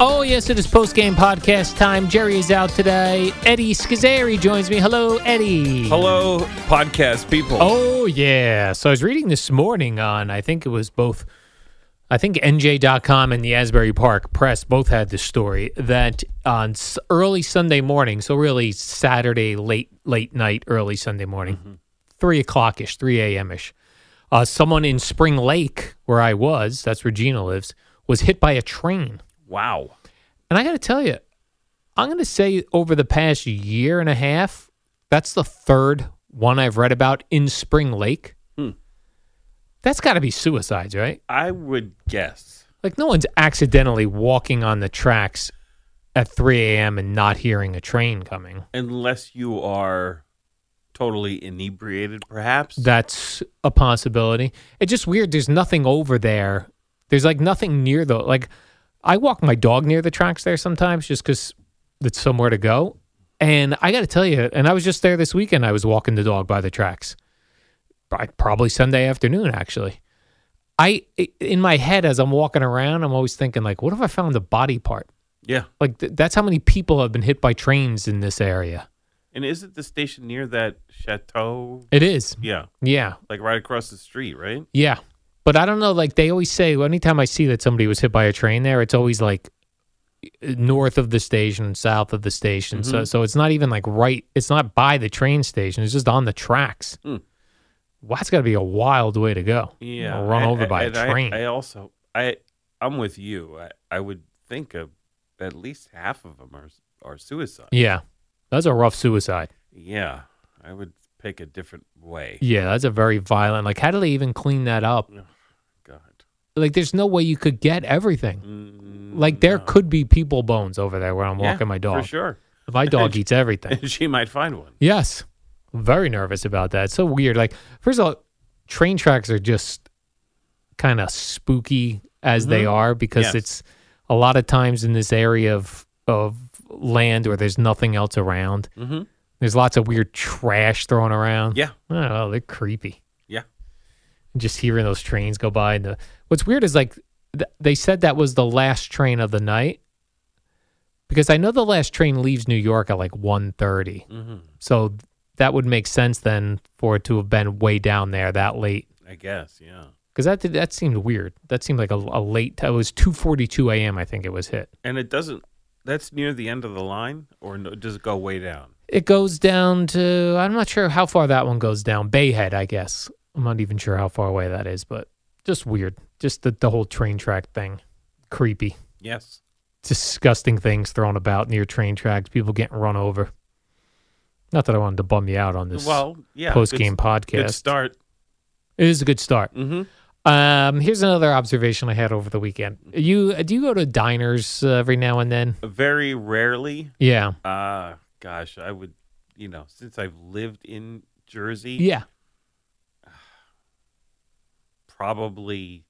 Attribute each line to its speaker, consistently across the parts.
Speaker 1: Oh, yes, it is post game podcast time. Jerry is out today. Eddie Schizzeri joins me. Hello, Eddie.
Speaker 2: Hello, podcast people.
Speaker 1: Oh, yeah. So I was reading this morning on, I think it was both, I think NJ.com and the Asbury Park Press both had this story that on s- early Sunday morning, so really Saturday, late, late night, early Sunday morning, three o'clock ish, 3 a.m. ish, uh, someone in Spring Lake, where I was, that's where Gina lives, was hit by a train.
Speaker 2: Wow.
Speaker 1: And I got to tell you, I'm going to say over the past year and a half, that's the third one I've read about in Spring Lake. That's got to be suicides, right?
Speaker 2: I would guess.
Speaker 1: Like no one's accidentally walking on the tracks at 3 a.m. and not hearing a train coming.
Speaker 2: Unless you are totally inebriated, perhaps.
Speaker 1: That's a possibility. It's just weird. There's nothing over there. There's like nothing near the like. I walk my dog near the tracks there sometimes just because it's somewhere to go. And I got to tell you, and I was just there this weekend. I was walking the dog by the tracks, Pri- probably Sunday afternoon actually. I i- in my head as I'm walking around, I'm always thinking like, what if I found a body part?
Speaker 2: yeah.
Speaker 1: Like th- that's how many people have been hit by trains in this area.
Speaker 2: And is it the station near that chateau?
Speaker 1: It is,
Speaker 2: Yeah.
Speaker 1: yeah.
Speaker 2: Like right across the street, right?
Speaker 1: Yeah. But I don't know. Like they always say, anytime I see that somebody was hit by a train there, it's always like north of the station and south of the station.
Speaker 2: Mm-hmm.
Speaker 1: So, so it's not even like right. It's not by the train station. It's just on the tracks.
Speaker 2: Hmm.
Speaker 1: Wow, that's got to be a wild way to go.
Speaker 2: Yeah.
Speaker 1: Or run
Speaker 2: I-
Speaker 1: over
Speaker 2: I-
Speaker 1: by a
Speaker 2: and I-
Speaker 1: train.
Speaker 2: I, also, I, I'm with you. I, I would think of at least half of them are are suicide.
Speaker 1: yeah, that's a rough suicide.
Speaker 2: Yeah. I would pick a different way.
Speaker 1: Yeah, that's a very violent. Like, how do they even clean that up?
Speaker 2: God.
Speaker 1: Like, there's no way you could get everything.
Speaker 2: Mm,
Speaker 1: Like, there
Speaker 2: no.
Speaker 1: could be people bones over there where I'm
Speaker 2: Yeah,
Speaker 1: walking my dog.
Speaker 2: For sure.
Speaker 1: My dog eats everything.
Speaker 2: she might find one.
Speaker 1: Yes. Very nervous about that. So weird. Like, first of all, train tracks are just kind of spooky as they
Speaker 2: Mm-hmm.
Speaker 1: are because
Speaker 2: Yes.
Speaker 1: it's a lot of times in this area of of land where there's nothing else around.
Speaker 2: Mhm.
Speaker 1: There's lots of weird trash thrown around.
Speaker 2: Yeah.
Speaker 1: I don't know. They're creepy.
Speaker 2: Yeah.
Speaker 1: Just hearing those trains go by. And the, what's weird is like th- they said that was the last train of the night because I know the last train leaves New York at like 1.30.
Speaker 2: Mhm.
Speaker 1: So th- that would make sense then for it to have been way down there that late.
Speaker 2: I guess. Yeah.
Speaker 1: Because that did, that seemed weird. That seemed like a, a late. It was two forty two a.m. I think it was hit.
Speaker 2: And it doesn't. That's near the end of the line, or no, does it go way down?
Speaker 1: It goes down to I'm not sure how far that one goes down. Bayhead, I guess. I'm not even sure how far away that is, but just weird. Just the, the whole train track thing, creepy,
Speaker 2: Yes.
Speaker 1: disgusting things thrown about near train tracks. People getting run over. Not that I wanted to bum you out on this
Speaker 2: well, yeah.
Speaker 1: post game
Speaker 2: good,
Speaker 1: podcast.
Speaker 2: Good start.
Speaker 1: It is a good start.
Speaker 2: hmm
Speaker 1: Um, here's another observation I had over the weekend. You do you go to diners uh, every now and then?
Speaker 2: Very rarely.
Speaker 1: Yeah,
Speaker 2: Uh gosh, I would. You know, since I've lived in Jersey,
Speaker 1: yeah.
Speaker 2: probably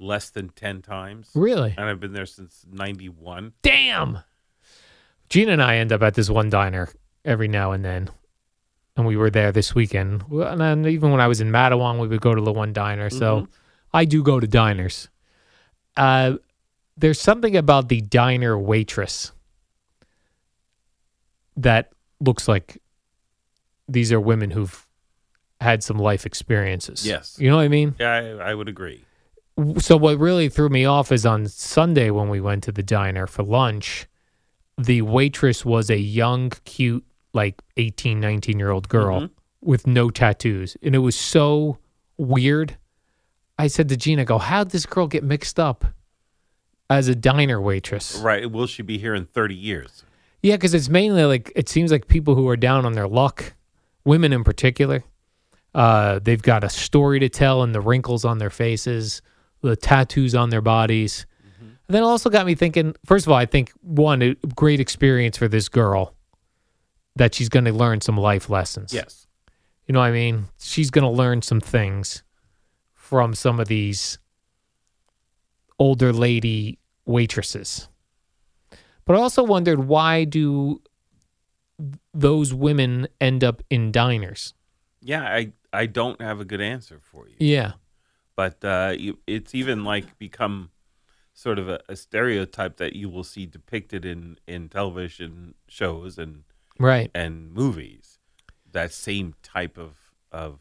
Speaker 2: less than ten times,
Speaker 1: Really?
Speaker 2: and I've been there since '91.
Speaker 1: Damn. Gina and I end up at this one diner every now and then, and we were there this weekend. Well, And then even when I was in Mattawan, we would go to the one diner. So I do go to diners. Uh, there's something about the diner waitress that looks like these are women who've had some life experiences.
Speaker 2: Yes.
Speaker 1: You know what I mean?
Speaker 2: Yeah, I, I would agree.
Speaker 1: so what really threw me off is on Sunday when we went to the diner for lunch, the waitress was a young, cute, like 18, 19 year old girl with no tattoos. And it was so weird. I said to Gina, I go, how'd this girl get mixed up as a diner waitress?
Speaker 2: Right. Will she be here in 30 years?
Speaker 1: Yeah, because it's mainly like it seems like people who are down on their luck, women in particular. Uh, they've got a story to tell, and the wrinkles on their faces, the tattoos on their bodies. And then it also got me thinking. First of all, I think one a great experience for this girl that she's going to learn some life lessons.
Speaker 2: Yes.
Speaker 1: You know what I mean? She's going to learn some things from some of these older lady waitresses. But I also wondered why do those women end up in diners?
Speaker 2: Yeah, I, I don't have a good answer for you.
Speaker 1: Yeah.
Speaker 2: But uh, you, it's even like become sort of a, a stereotype that you will see depicted in, in television shows and,
Speaker 1: Right.
Speaker 2: and movies. That same type of, of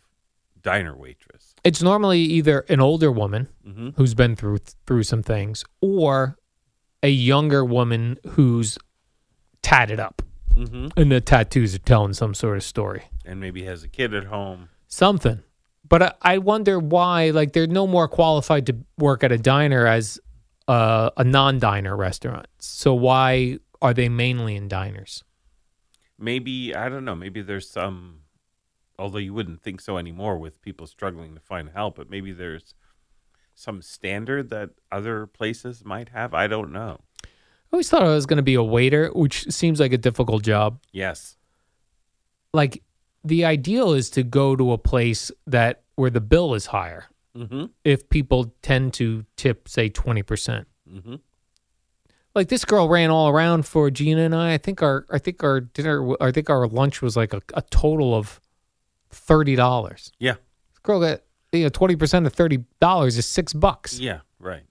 Speaker 2: diner waitress.
Speaker 1: It's normally either an older woman
Speaker 2: Mhm.
Speaker 1: who's been through through some things or a younger woman who's tatted up
Speaker 2: hmm
Speaker 1: and the tattoos are telling some sort of story.
Speaker 2: And maybe has a kid at home.
Speaker 1: something. But I, I wonder why, like, they're no more qualified to work at a diner as uh, a non diner restaurant. So why are they mainly in diners?
Speaker 2: Maybe, I don't know, maybe there's some, although you wouldn't think so anymore with people struggling to find help, but maybe there's some standard that other places might have. I don't know.
Speaker 1: I always thought I was going to be a waiter, which seems like a difficult job.
Speaker 2: Yes.
Speaker 1: Like, the ideal is to go to a place that where the bill is higher.
Speaker 2: Mm-hmm.
Speaker 1: If people tend to tip, say, 20%.
Speaker 2: Mm-hmm.
Speaker 1: like this girl ran all around for Gina and I. I think our I think our dinner w- I think our lunch was like a, a total of thirty dollars.
Speaker 2: Yeah.
Speaker 1: This girl got you know twenty percent of thirty dollars is six bucks.
Speaker 2: Yeah. Right.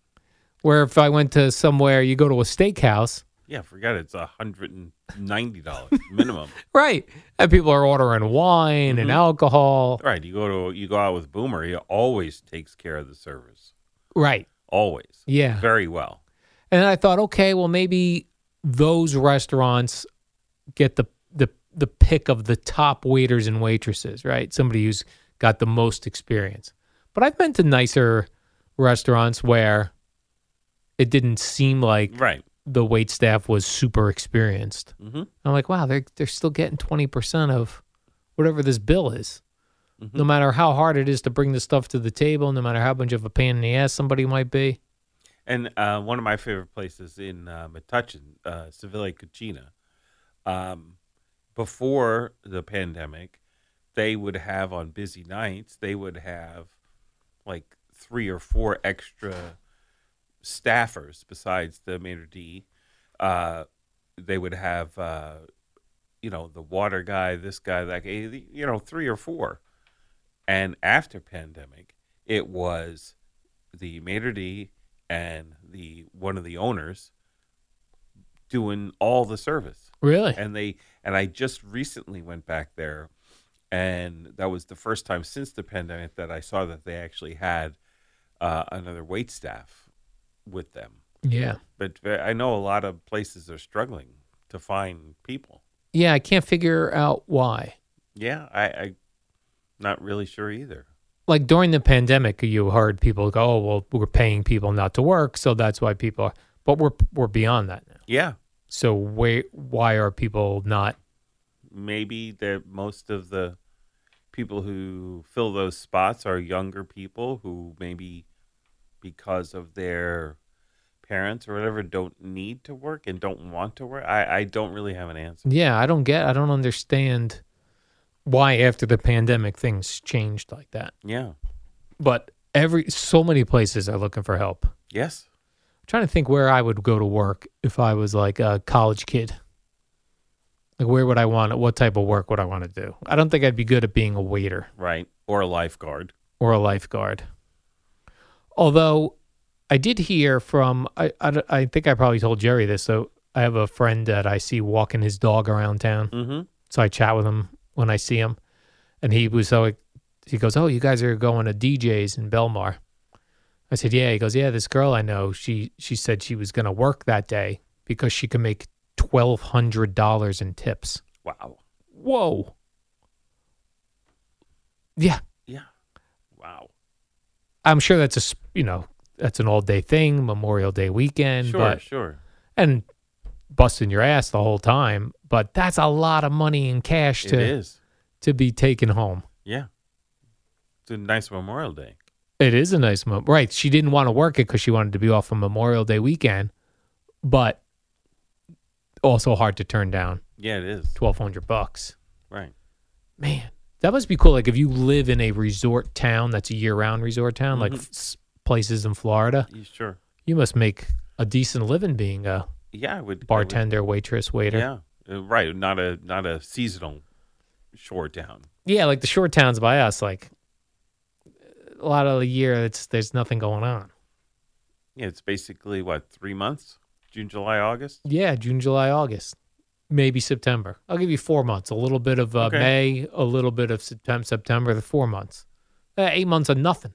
Speaker 1: Where if I went to somewhere, you go to a steakhouse,
Speaker 2: Yeah. Forgot it's a hundred and ninety dollars minimum.
Speaker 1: right? And people are ordering wine
Speaker 2: Mm-hmm.
Speaker 1: and alcohol,
Speaker 2: Right. You go to you go out with Boomer. He always takes care of the service.
Speaker 1: right?
Speaker 2: Always.
Speaker 1: Yeah.
Speaker 2: Very well.
Speaker 1: And I thought, okay, well maybe those restaurants get the the the pick of the top waiters and waitresses, right? Somebody who's got the most experience. But I've been to nicer restaurants where it didn't seem like
Speaker 2: Right.
Speaker 1: the wait staff was super experienced.
Speaker 2: Mhm.
Speaker 1: I'm like, wow, they're they're still getting twenty percent of whatever this bill is. No matter how hard it is to bring the stuff to the table, no matter how much of a pain in the ass somebody might be.
Speaker 2: And uh, one of my favorite places in uh, Metuchen, uh, Seville Cucina, um, before the pandemic, they would have on busy nights, they would have like three or four extra staffers besides the maitre d. Uh, they would have, uh, you know, the water guy, this guy, that guy, you know, three or four. And after pandemic, it was the maitre d and the one of the owners doing all the service
Speaker 1: Really?
Speaker 2: and they and i just recently went back there and that was the first time since the pandemic that i saw that they actually had uh, another wait staff with them
Speaker 1: Yeah.
Speaker 2: but uh, i know a lot of places are struggling to find people
Speaker 1: Yeah, I can't figure out why.
Speaker 2: yeah i i not really sure either
Speaker 1: Like during the pandemic, you heard people go, "Oh, well, we're paying people not to work, so that's why people are." But we're we're beyond that now.
Speaker 2: yeah
Speaker 1: So why why are people not?
Speaker 2: maybe that most of the people who fill those spots are younger people who maybe because of their parents or whatever don't need to work and don't want to work. I, I don't really have an answer.
Speaker 1: Yeah, I don't get. I don't understand why after the pandemic things changed like that.
Speaker 2: Yeah.
Speaker 1: But every so many places are looking for help. I'm
Speaker 2: Yes.
Speaker 1: trying to think where I would go to work if I was like a college kid. Like, where would I want it? What type of work would I want to do? I don't think I'd be good at being a waiter
Speaker 2: right? Or a lifeguard.
Speaker 1: or a lifeguard. Although I did hear from, I, I, d- I think I probably told Jerry this. So I have a friend that I see walking his dog around town.
Speaker 2: Mm-hmm.
Speaker 1: So I chat with him when I see him. And he was so, he goes, Oh, you guys are going to DJ's in Belmar. I said, Yeah. He goes, Yeah, this girl I know, she, she said she was going to work that day because she could make $1,200 in tips.
Speaker 2: Wow.
Speaker 1: Whoa. Yeah.
Speaker 2: Yeah. Wow.
Speaker 1: I'm sure that's a s- you know that's an all day thing, Memorial Day weekend,
Speaker 2: sure,
Speaker 1: but
Speaker 2: sure.
Speaker 1: and busting your ass the whole time. But that's a lot of money in cash
Speaker 2: it
Speaker 1: to
Speaker 2: is.
Speaker 1: to be taken home.
Speaker 2: Yeah. It's a nice Memorial Day.
Speaker 1: It is a nice moment, right? She didn't want to work it because she wanted to be off on Memorial Day weekend, but also hard to turn down
Speaker 2: Yeah, it is.
Speaker 1: twelve hundred bucks.
Speaker 2: Right.
Speaker 1: Man, that must be cool. Like if you live in a resort town that's a year round resort town,
Speaker 2: Mm-hmm.
Speaker 1: like f- s- places in Florida,
Speaker 2: You sure?
Speaker 1: you must make a decent living being a
Speaker 2: Yeah, I would. I would-
Speaker 1: bartender, waitress, waiter. Yeah.
Speaker 2: Yeah. Uh, Right. Not a not a seasonal shore town.
Speaker 1: like the short towns by us, like a lot of the year, it's there's nothing going on.
Speaker 2: Yeah, it's basically what three months: June, July, August.
Speaker 1: Yeah, June, July, August, maybe September. I'll give you four months. A little bit of uh,
Speaker 2: Okay.
Speaker 1: May, a little bit of September. September, the four months. Uh, eight months of nothing.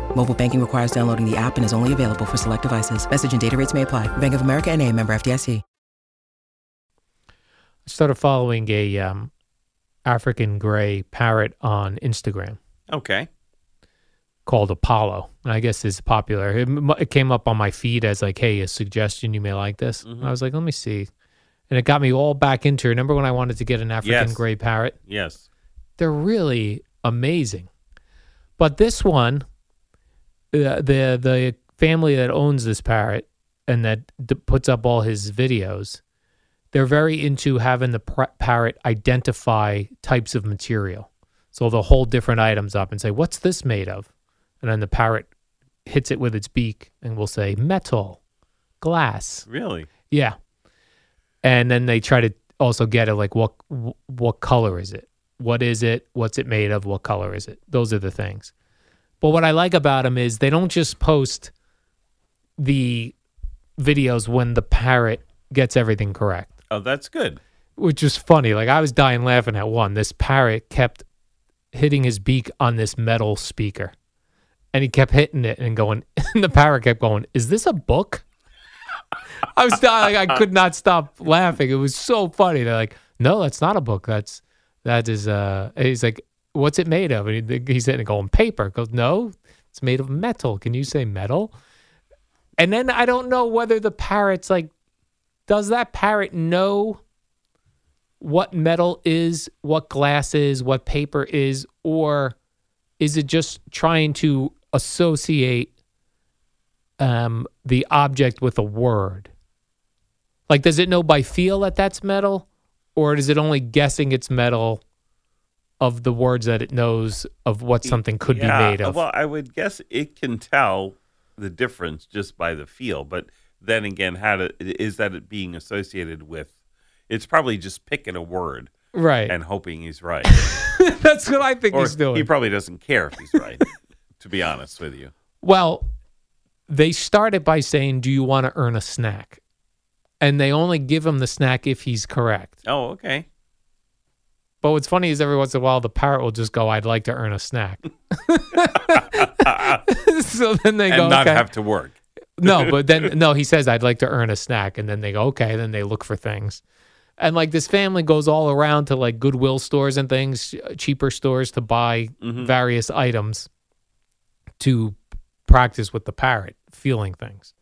Speaker 3: Mobile banking requires downloading the app and is only available for select devices. Message and data rates may apply. Bank of America and a member FDIC.
Speaker 1: I started following a um, African gray parrot on Instagram.
Speaker 2: Okay.
Speaker 1: called Apollo. I guess is popular. It, m- it came up on my feed as like, hey, a suggestion you may like this. And I was like, let me see, and it got me all back into. Remember when I wanted to get an African
Speaker 2: Yes.
Speaker 1: gray parrot?
Speaker 2: Yes.
Speaker 1: They're really amazing, but this one, the the, the family that owns this parrot and that d- puts up all his videos. They're very into having the pr- parrot identify types of material. So they'll hold different items up and say, What's this made of? And then the parrot hits it with its beak and will say, Metal, glass.
Speaker 2: Really.
Speaker 1: Yeah. And then they try to also get it like, What, wh- what color is it? What is it? What's it made of? What color is it? Those are the things. But what I like about them is they don't just post the videos when the parrot gets everything correct
Speaker 2: Oh, that's good.
Speaker 1: which was funny. Like I was dying laughing at one. This parrot kept hitting his beak on this metal speaker, and he kept hitting it and going. And the parrot kept going. Is this a book? I was dying. Like, I could not stop laughing. It was so funny. They're like, no, that's not a book. That's that is. Uh, and he's like, what's it made of? And he, he's hitting it going paper. Goes no, it's made of metal. Can you say metal? And then I don't know whether the parrot's like, does that parrot know? what metal is, what glass is, what paper is, or is it just trying to associate um, the object with a word? Like, does it know by feel that that's metal, or is it only guessing it's metal of the words that it knows of what something could
Speaker 2: Yeah,
Speaker 1: be made of?
Speaker 2: Well, I would guess it can tell the difference just by the feel, but then again, how to, is that it being associated with? It's probably just picking a word
Speaker 1: right.
Speaker 2: and hoping he's right.
Speaker 1: that's what I think
Speaker 2: or
Speaker 1: he's doing.
Speaker 2: he probably doesn't care if he's right. to be honest with you,
Speaker 1: Well, they start it by saying, Do you want to earn a snack? And they only give him the snack if he's correct.
Speaker 2: oh, okay.
Speaker 1: But what's funny is every once in a while the parrot will just go, I'd like to earn a snack. so then they
Speaker 2: and
Speaker 1: go,
Speaker 2: not
Speaker 1: okay.
Speaker 2: have to work.
Speaker 1: no, but then no, he says I'd like to earn a snack, and then they go okay. Then they look for things, and like this family goes all around to like Goodwill stores and things, uh, cheaper stores to buy various items to practice with the parrot feeling things.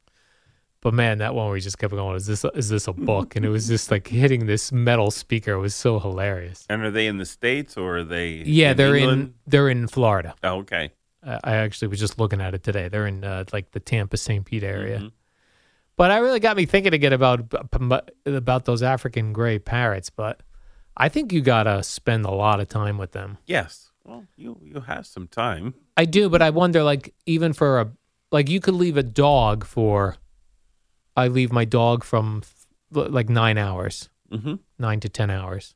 Speaker 1: But man, that one where he just kept going, is this is this a book? And it was just like hitting this metal speaker was so hilarious.
Speaker 2: And are they in the states or are they?
Speaker 1: Yeah, they're in
Speaker 2: England?
Speaker 1: they're in Florida.
Speaker 2: Oh, okay.
Speaker 1: Uh, I I actually was just looking at it today. They're in uh, like the Tampa St. Pete area. But I really got me thinking again about about those African gray parrots. But I think you gotta spend a lot of time with them.
Speaker 2: Yes. Well, you you have some time.
Speaker 1: I do, but I wonder, like, even for a like, you could leave a dog for. I leave my dog from like nine hours,
Speaker 2: Mm-hmm.
Speaker 1: nine to ten hours.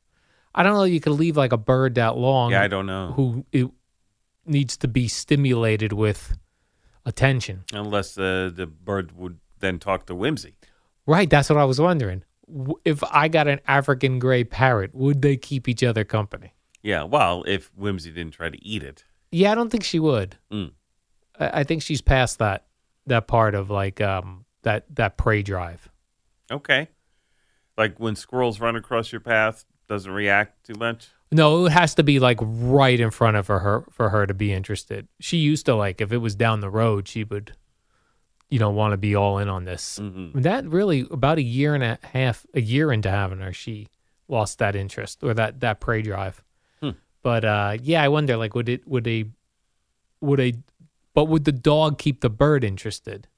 Speaker 1: I don't know. You could leave like a bird that long.
Speaker 2: Yeah, I don't know.
Speaker 1: Who it needs to be stimulated with attention.
Speaker 2: Unless uh, the bird would then talk to Whimsy.
Speaker 1: Right. That's what I was wondering. W- If I got an African gray parrot, would they keep each other company?
Speaker 2: Yeah. Well, if Whimsy didn't try to eat it.
Speaker 1: Yeah, I don't think she would.
Speaker 2: Mm.
Speaker 1: I, I think she's past that that part of like um that that prey drive.
Speaker 2: Okay. Like when squirrels run across your path, doesn't react too much.
Speaker 1: No, it has to be like right in front of her for her to be interested. She used to like if it was down the road, she would, you know, want to be all in on this. That really about a year and a half, a year into having her, she lost that interest or that that prey drive. But uh, yeah, I wonder like would it would a would a but would the dog keep the bird interested?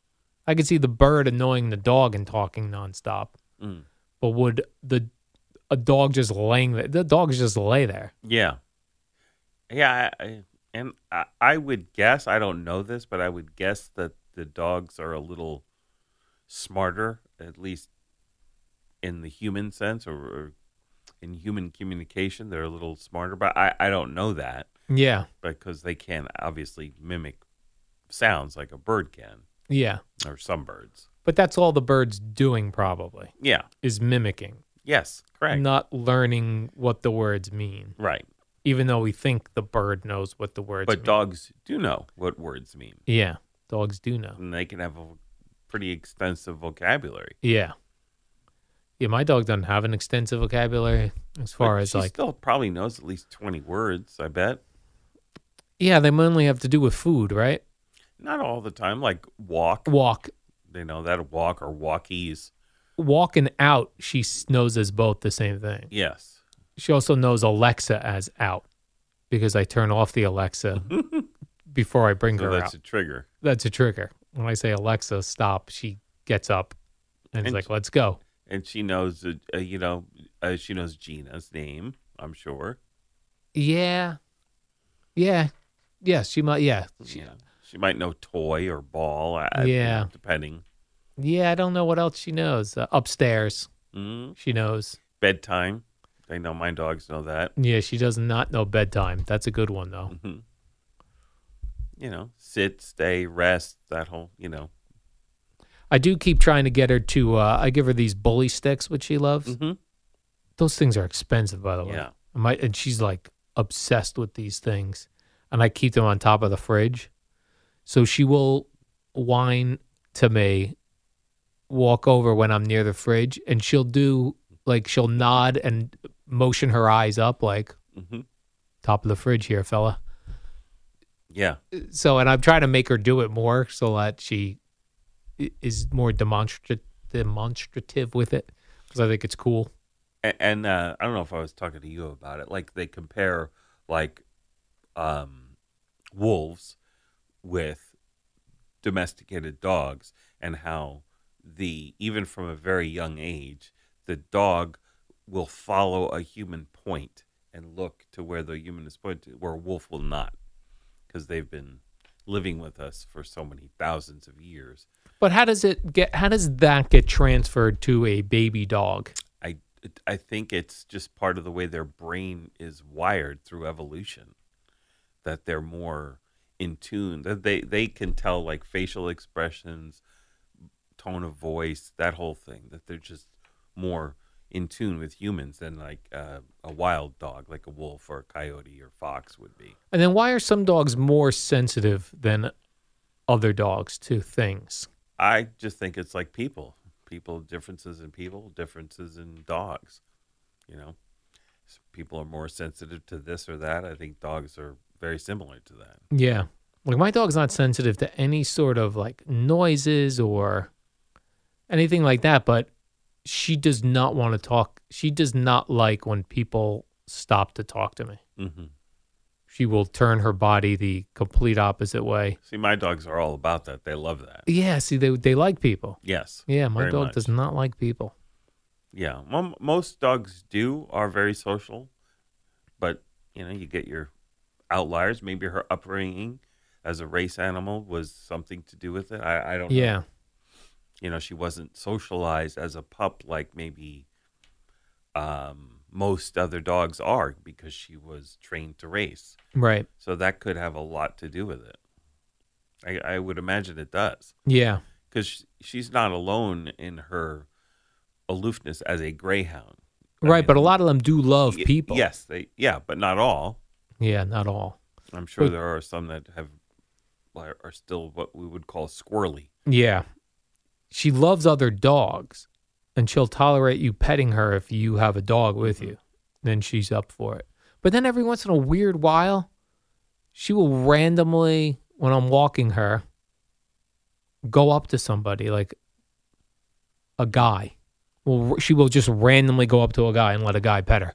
Speaker 1: I could see the bird annoying the dog and talking nonstop, but would the a dog just laying there? The dogs just lay there.
Speaker 2: Yeah. Yeah. I, I, and I, I would guess, I don't know this, but I would guess that the dogs are a little smarter, at least in the human sense or, or in human communication. They're a little smarter, but I, I don't know that
Speaker 1: Yeah,
Speaker 2: because they can obviously mimic sounds like a bird can
Speaker 1: yeah.
Speaker 2: or some birds.
Speaker 1: But that's all the bird's doing probably
Speaker 2: Yeah.
Speaker 1: is mimicking,
Speaker 2: Yes. Correct.
Speaker 1: not learning what the words mean.
Speaker 2: Right.
Speaker 1: Even though we think the bird knows what the words
Speaker 2: But
Speaker 1: mean.
Speaker 2: dogs do know what words mean,
Speaker 1: yeah, dogs do know.
Speaker 2: and they can have a pretty extensive vocabulary.
Speaker 1: Yeah. Yeah, my dog doesn't have an extensive vocabulary as
Speaker 2: But
Speaker 1: far as
Speaker 2: she
Speaker 1: like
Speaker 2: still probably knows at least 20 words i bet
Speaker 1: Yeah, they mainly have to do with food, right?
Speaker 2: not all the time like walk
Speaker 1: Walk
Speaker 2: they know that walk or walkies
Speaker 1: walking out, she s- knows as both the same thing.
Speaker 2: yes
Speaker 1: She also knows Alexa as out because I turn off the Alexa before I bring
Speaker 2: so
Speaker 1: her
Speaker 2: that's
Speaker 1: out.
Speaker 2: a trigger
Speaker 1: that's a trigger. When I say Alexa, stop, she gets up and is
Speaker 2: And
Speaker 1: like,
Speaker 2: she-
Speaker 1: let's go.
Speaker 2: and she knows uh, uh, you know uh, she knows gina's name i'm sure
Speaker 1: Yeah. Yeah. Yeah. She might. Yeah.
Speaker 2: yeah she might know toy or ball I-
Speaker 1: Yeah.
Speaker 2: depending
Speaker 1: Yeah. I don't know what else she knows. Uh, upstairs,
Speaker 2: mm
Speaker 1: she knows.
Speaker 2: bedtime they know my dogs know that Mm-hmm.
Speaker 1: Yeah. She does not know bedtime. That's a good one, though.
Speaker 2: Mm. you know sit stay rest that whole you know
Speaker 1: I do keep trying to get her to, uh, I give her these bully sticks, which she loves.
Speaker 2: Mhm.
Speaker 1: Those things are expensive, by the way.
Speaker 2: Yeah.
Speaker 1: I might- and she's like obsessed with these things. And I keep them on top of the fridge. So she will whine to me, walk over when I'm near the fridge, and she'll do like, she'll nod and motion her eyes up, like,
Speaker 2: Mhm.
Speaker 1: top of the fridge here, fella.
Speaker 2: yeah
Speaker 1: So, and I'm trying to make her do it more so that she i- is more demonstrative, demonstrative with it because I think it's cool.
Speaker 2: A- and uh, I don't know if I was talking to you about it. Like they compare like um, wolves with domesticated dogs, and how the even from a very young age, the dog will follow a human point and look to where the human is pointed, where a wolf will not, because they've been living with us for so many thousands of years.
Speaker 1: But how does it get? How does that get transferred to a baby dog?
Speaker 2: I I think it's just part of the way their brain is wired through evolution that they're more in tune that they they can tell like facial expressions tone of voice that whole thing that they're just more in tune with humans than like uh, a wild dog like a wolf or a coyote or fox would be
Speaker 1: And then why are some dogs more sensitive than other dogs to things?
Speaker 2: i just think it's like people people differences in people differences in dogs you know S- people are more sensitive to this or that i think dogs are very similar to that
Speaker 1: Yeah, like my dog's not sensitive to any sort of like noises or anything like that. But she does not want to talk. She does not like when people stop to talk to me.
Speaker 2: hmm
Speaker 1: She will turn her body the complete opposite way.
Speaker 2: See, my dogs are all about that. They love that.
Speaker 1: Yeah, see, they they like people.
Speaker 2: Yes.
Speaker 1: Yeah, my
Speaker 2: very
Speaker 1: dog
Speaker 2: much.
Speaker 1: does not like people.
Speaker 2: Yeah, mom, most dogs do are very social, but you know you get your outliers. Maybe her upbringing as a race animal was something to do with it. I, I don't. know.
Speaker 1: Yeah,
Speaker 2: you know she wasn't socialized as a pup like maybe um, most other dogs are because she was trained to race.
Speaker 1: right.
Speaker 2: So that could have a lot to do with it. I, I would imagine it does
Speaker 1: Yeah,
Speaker 2: because she's not alone in her aloofness as a greyhound. I
Speaker 1: right.
Speaker 2: mean,
Speaker 1: but a lot of them do love
Speaker 2: Y-
Speaker 1: people.
Speaker 2: Yes, they yeah, but not all.
Speaker 1: Yeah, not all.
Speaker 2: I'm sure
Speaker 1: Well-
Speaker 2: there are some that have are are still what we would call squirrely.
Speaker 1: Yeah. She loves other dogs and she'll tolerate you petting her if you have a dog with
Speaker 2: Mm-hmm.
Speaker 1: you. Then she's up for it. But then every once in a weird while, she will randomly, when I'm walking her, go up to somebody like a guy. Well, she will just randomly go up to a guy and let a guy pet her.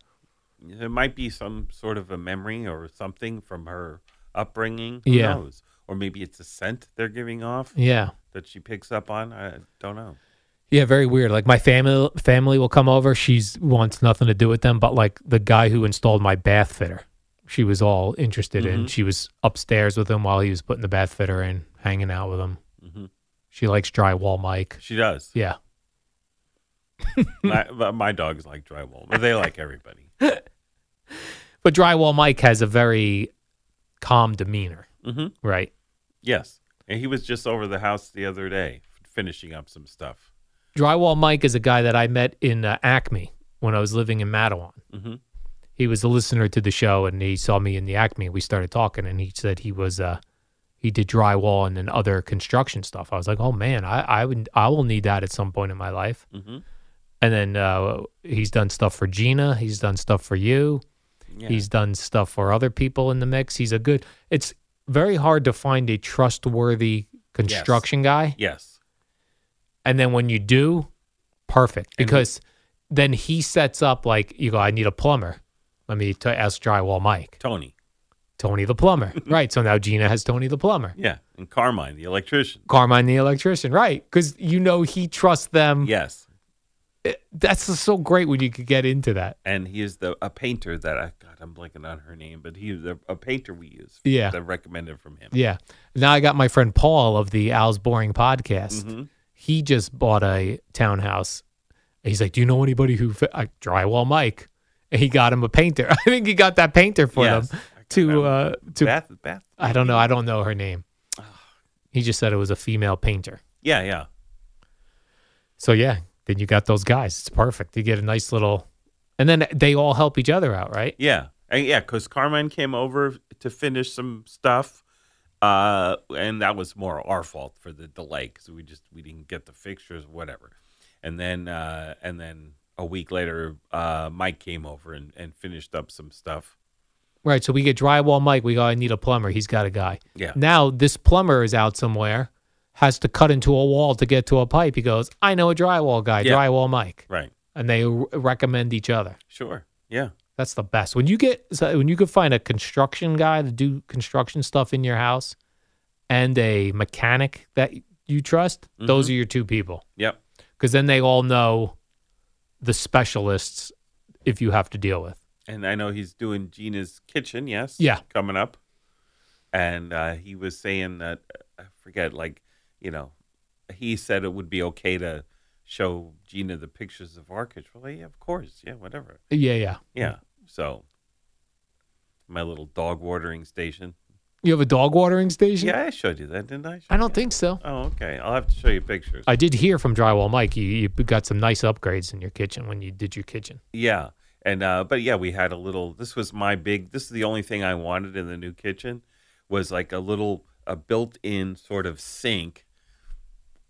Speaker 2: There might be some sort of a memory or something from her upbringing. Who
Speaker 1: Yeah.
Speaker 2: knows? Or maybe it's a scent they're giving off
Speaker 1: Yeah.
Speaker 2: that she picks up on. I don't know.
Speaker 1: Yeah, very weird. Like my family family will come over. She's wants nothing to do with them, but like the guy who installed my bath fitter, she was all interested in. She was upstairs with him while he was putting the bath fitter in, hanging out with him. She likes drywall Mike.
Speaker 2: She does.
Speaker 1: Yeah.
Speaker 2: my, but my dogs like drywall. but They like everybody.
Speaker 1: But drywall Mike has a very calm demeanor,
Speaker 2: hmm
Speaker 1: right?
Speaker 2: Yes. And he was just over the house the other day finishing up some stuff.
Speaker 1: Drywall Mike is a guy that I met in uh, Acme when I was living in Mattawan.
Speaker 2: Mhm.
Speaker 1: He was a listener to the show, and he saw me in the Acme. We started talking, and he said he was uh, he did drywall and then other construction stuff. I was like, oh man, I I would I will need that at some point in my life.
Speaker 2: Mhm.
Speaker 1: And then uh, he's done stuff for Gina. He's done stuff for you.
Speaker 2: Yeah.
Speaker 1: He's done stuff for other people in the mix. He's a good. It's very hard to find a trustworthy construction guy.
Speaker 2: yes.
Speaker 1: And then when you do, perfect.
Speaker 2: And-
Speaker 1: Because then he sets up like you go, I need a plumber. Let me t- ask drywall Mike.
Speaker 2: Tony.
Speaker 1: Tony the plumber. right. So now Gina has Tony the plumber.
Speaker 2: Yeah. And Carmine, the electrician.
Speaker 1: Carmine the electrician. Right. Because you know he trusts them.
Speaker 2: Yes.
Speaker 1: That's just so great when you could get into that.
Speaker 2: and he is the a painter that I God I'm blanking on her name, but he is a, a painter we use.
Speaker 1: Yeah.
Speaker 2: that recommended from him.
Speaker 1: Yeah. Now I got my friend Paul of the Al's Boring podcast.
Speaker 2: Mm-hmm.
Speaker 1: He just bought a townhouse. He's like, Do you know anybody who fi-? I, drywall Mike? And he got him a painter. I think he got that painter for
Speaker 2: Yes.
Speaker 1: them to uh, to
Speaker 2: Bath Bath.
Speaker 1: I don't know. I don't know her name. He just said it was a female painter.
Speaker 2: Yeah, yeah.
Speaker 1: So yeah, then you got those guys. It's perfect. You get a nice little, and then they all help each other out, right?
Speaker 2: Yeah. And yeah, because Carmine came over to finish some stuff. Uh, and that was more our fault for the delay because we just we didn't get the fixtures, whatever. And then uh, and then a week later, uh, Mike came over and, and finished up some stuff.
Speaker 1: Right. So we get drywall Mike. We go. I need a plumber. He's got a guy.
Speaker 2: Yeah.
Speaker 1: Now this plumber is out somewhere, has to cut into a wall to get to a pipe. He goes, I know a drywall guy,
Speaker 2: Yeah.
Speaker 1: drywall Mike,
Speaker 2: Right.
Speaker 1: and they r- recommend each other.
Speaker 2: Sure. Yeah.
Speaker 1: That's the best. When you get so when you can find a construction guy to do construction stuff in your house and a mechanic that you trust, those
Speaker 2: Mm-hmm.
Speaker 1: are your two people.
Speaker 2: Yep.
Speaker 1: Cuz then they all know the specialists if you have to deal with.
Speaker 2: and I know he's doing Gina's kitchen. Yes.
Speaker 1: Yeah.
Speaker 2: Coming up, and uh, he was saying that uh, I forget. Like you know, he said it would be okay to show Gina the pictures of our kitchen. Well, yeah, of course. Yeah, whatever.
Speaker 1: Yeah, yeah.
Speaker 2: Yeah. So my little dog watering station.
Speaker 1: You have a dog watering station?
Speaker 2: Yeah, I showed you that, didn't I?
Speaker 1: I don't
Speaker 2: Yeah.
Speaker 1: think so.
Speaker 2: Oh, okay. I'll have to show you pictures.
Speaker 1: I did hear from Drywall Mike you, you got some nice upgrades in your kitchen when you did your kitchen.
Speaker 2: Yeah. And uh but yeah, we had a little this was my big this is the only thing I wanted in the new kitchen was like a little a built-in sort of sink.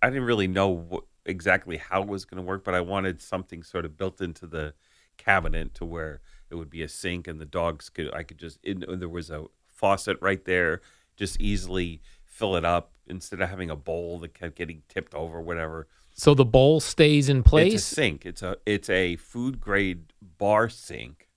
Speaker 2: I didn't really know what, exactly how it was going to work, but I wanted something sort of built into the cabinet to where it would be a sink and the dogs could I could just in, there was a faucet right there just easily fill it up instead of having a bowl that kept getting tipped over whatever.
Speaker 1: So the bowl stays in
Speaker 2: It's a
Speaker 1: place.
Speaker 2: sink. It's a it's a food grade bar sink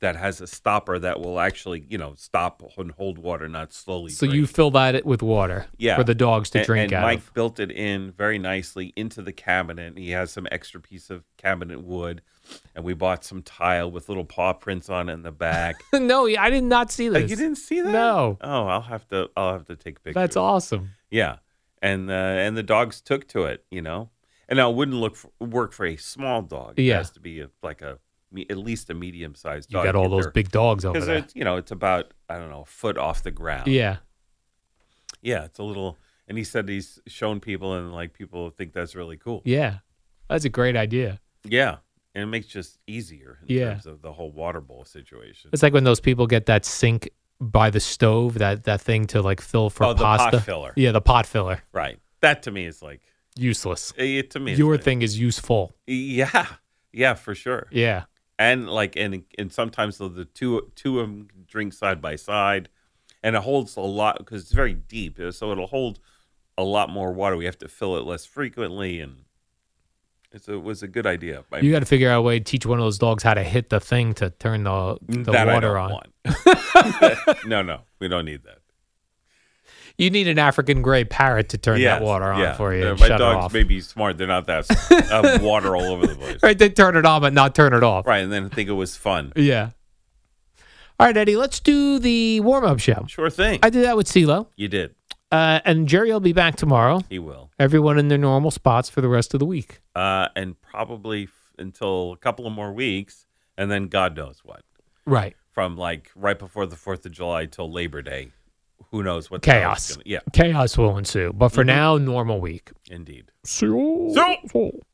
Speaker 2: that has a stopper that will actually you know stop and hold water, not slowly.
Speaker 1: So
Speaker 2: drain.
Speaker 1: you fill that it with water
Speaker 2: yeah
Speaker 1: for the dogs to
Speaker 2: And-
Speaker 1: drink
Speaker 2: And
Speaker 1: out
Speaker 2: Mike
Speaker 1: of.
Speaker 2: built it in very nicely into the cabinet. He has some extra piece of cabinet wood, and we bought some tile with little paw prints on it in the back.
Speaker 1: no, I did not see this.
Speaker 2: like you didn't see that?
Speaker 1: No.
Speaker 2: Oh, I'll have to. I'll have to take pictures.
Speaker 1: That's awesome.
Speaker 2: Yeah, and uh, and the dogs took to it, you know. And now it wouldn't look for, work for a small dog. It
Speaker 1: Yeah.
Speaker 2: has to be a, like a me- at least a medium sized
Speaker 1: You
Speaker 2: dog.
Speaker 1: got all those big dogs over
Speaker 2: because
Speaker 1: there.
Speaker 2: it's you know it's about I don't know a foot off the ground.
Speaker 1: Yeah.
Speaker 2: yeah, it's a little. And he said he's shown people, and like people think that's really cool.
Speaker 1: Yeah. That's a great idea.
Speaker 2: Yeah, and it makes it just easier in
Speaker 1: Yeah.
Speaker 2: terms of the whole water bowl situation.
Speaker 1: It's like when those people get that sink by the stove, that that thing to like fill for
Speaker 2: Oh, the pot
Speaker 1: pasta.
Speaker 2: filler.
Speaker 1: Yeah, the pot filler.
Speaker 2: right. That to me is like
Speaker 1: Useless.
Speaker 2: it, to me. is
Speaker 1: Your
Speaker 2: like-
Speaker 1: thing is useful.
Speaker 2: Yeah, yeah, for sure.
Speaker 1: Yeah.
Speaker 2: and like and and sometimes the, the two two of them drink side by side and it holds a lot because it's very deep so it'll hold a lot more water we have to fill it less frequently and it's a, it was a good idea I
Speaker 1: You got to figure out a way to teach one of those dogs how to hit the thing to turn the, the
Speaker 2: that I
Speaker 1: water on.
Speaker 2: don't want. no no we don't need that
Speaker 1: You need an African gray parrot to turn
Speaker 2: Yes,
Speaker 1: that water on
Speaker 2: yeah.
Speaker 1: for you.
Speaker 2: Uh,
Speaker 1: and
Speaker 2: my
Speaker 1: shut it
Speaker 2: dogs
Speaker 1: off.
Speaker 2: may be smart they're not that smart. uh, water all over the place right.
Speaker 1: Right, they turn it on but not turn it off.
Speaker 2: and then think it was fun
Speaker 1: Yeah. All right, Eddie, let's do the warm up show.
Speaker 2: sure thing
Speaker 1: I did that with CeeLo.
Speaker 2: you did
Speaker 1: Uh, and Jerry will be back tomorrow.
Speaker 2: he will
Speaker 1: Everyone in their normal spots for the rest of the week.
Speaker 2: uh, and probably f- until a couple of more weeks, and then God knows what.
Speaker 1: Right.
Speaker 2: From like right before the Fourth of July till Labor Day, who knows what the hell is
Speaker 1: Chaos.
Speaker 2: gonna- yeah,
Speaker 1: Chaos will ensue. But for now, normal week.
Speaker 2: indeed.
Speaker 1: See you.
Speaker 2: So-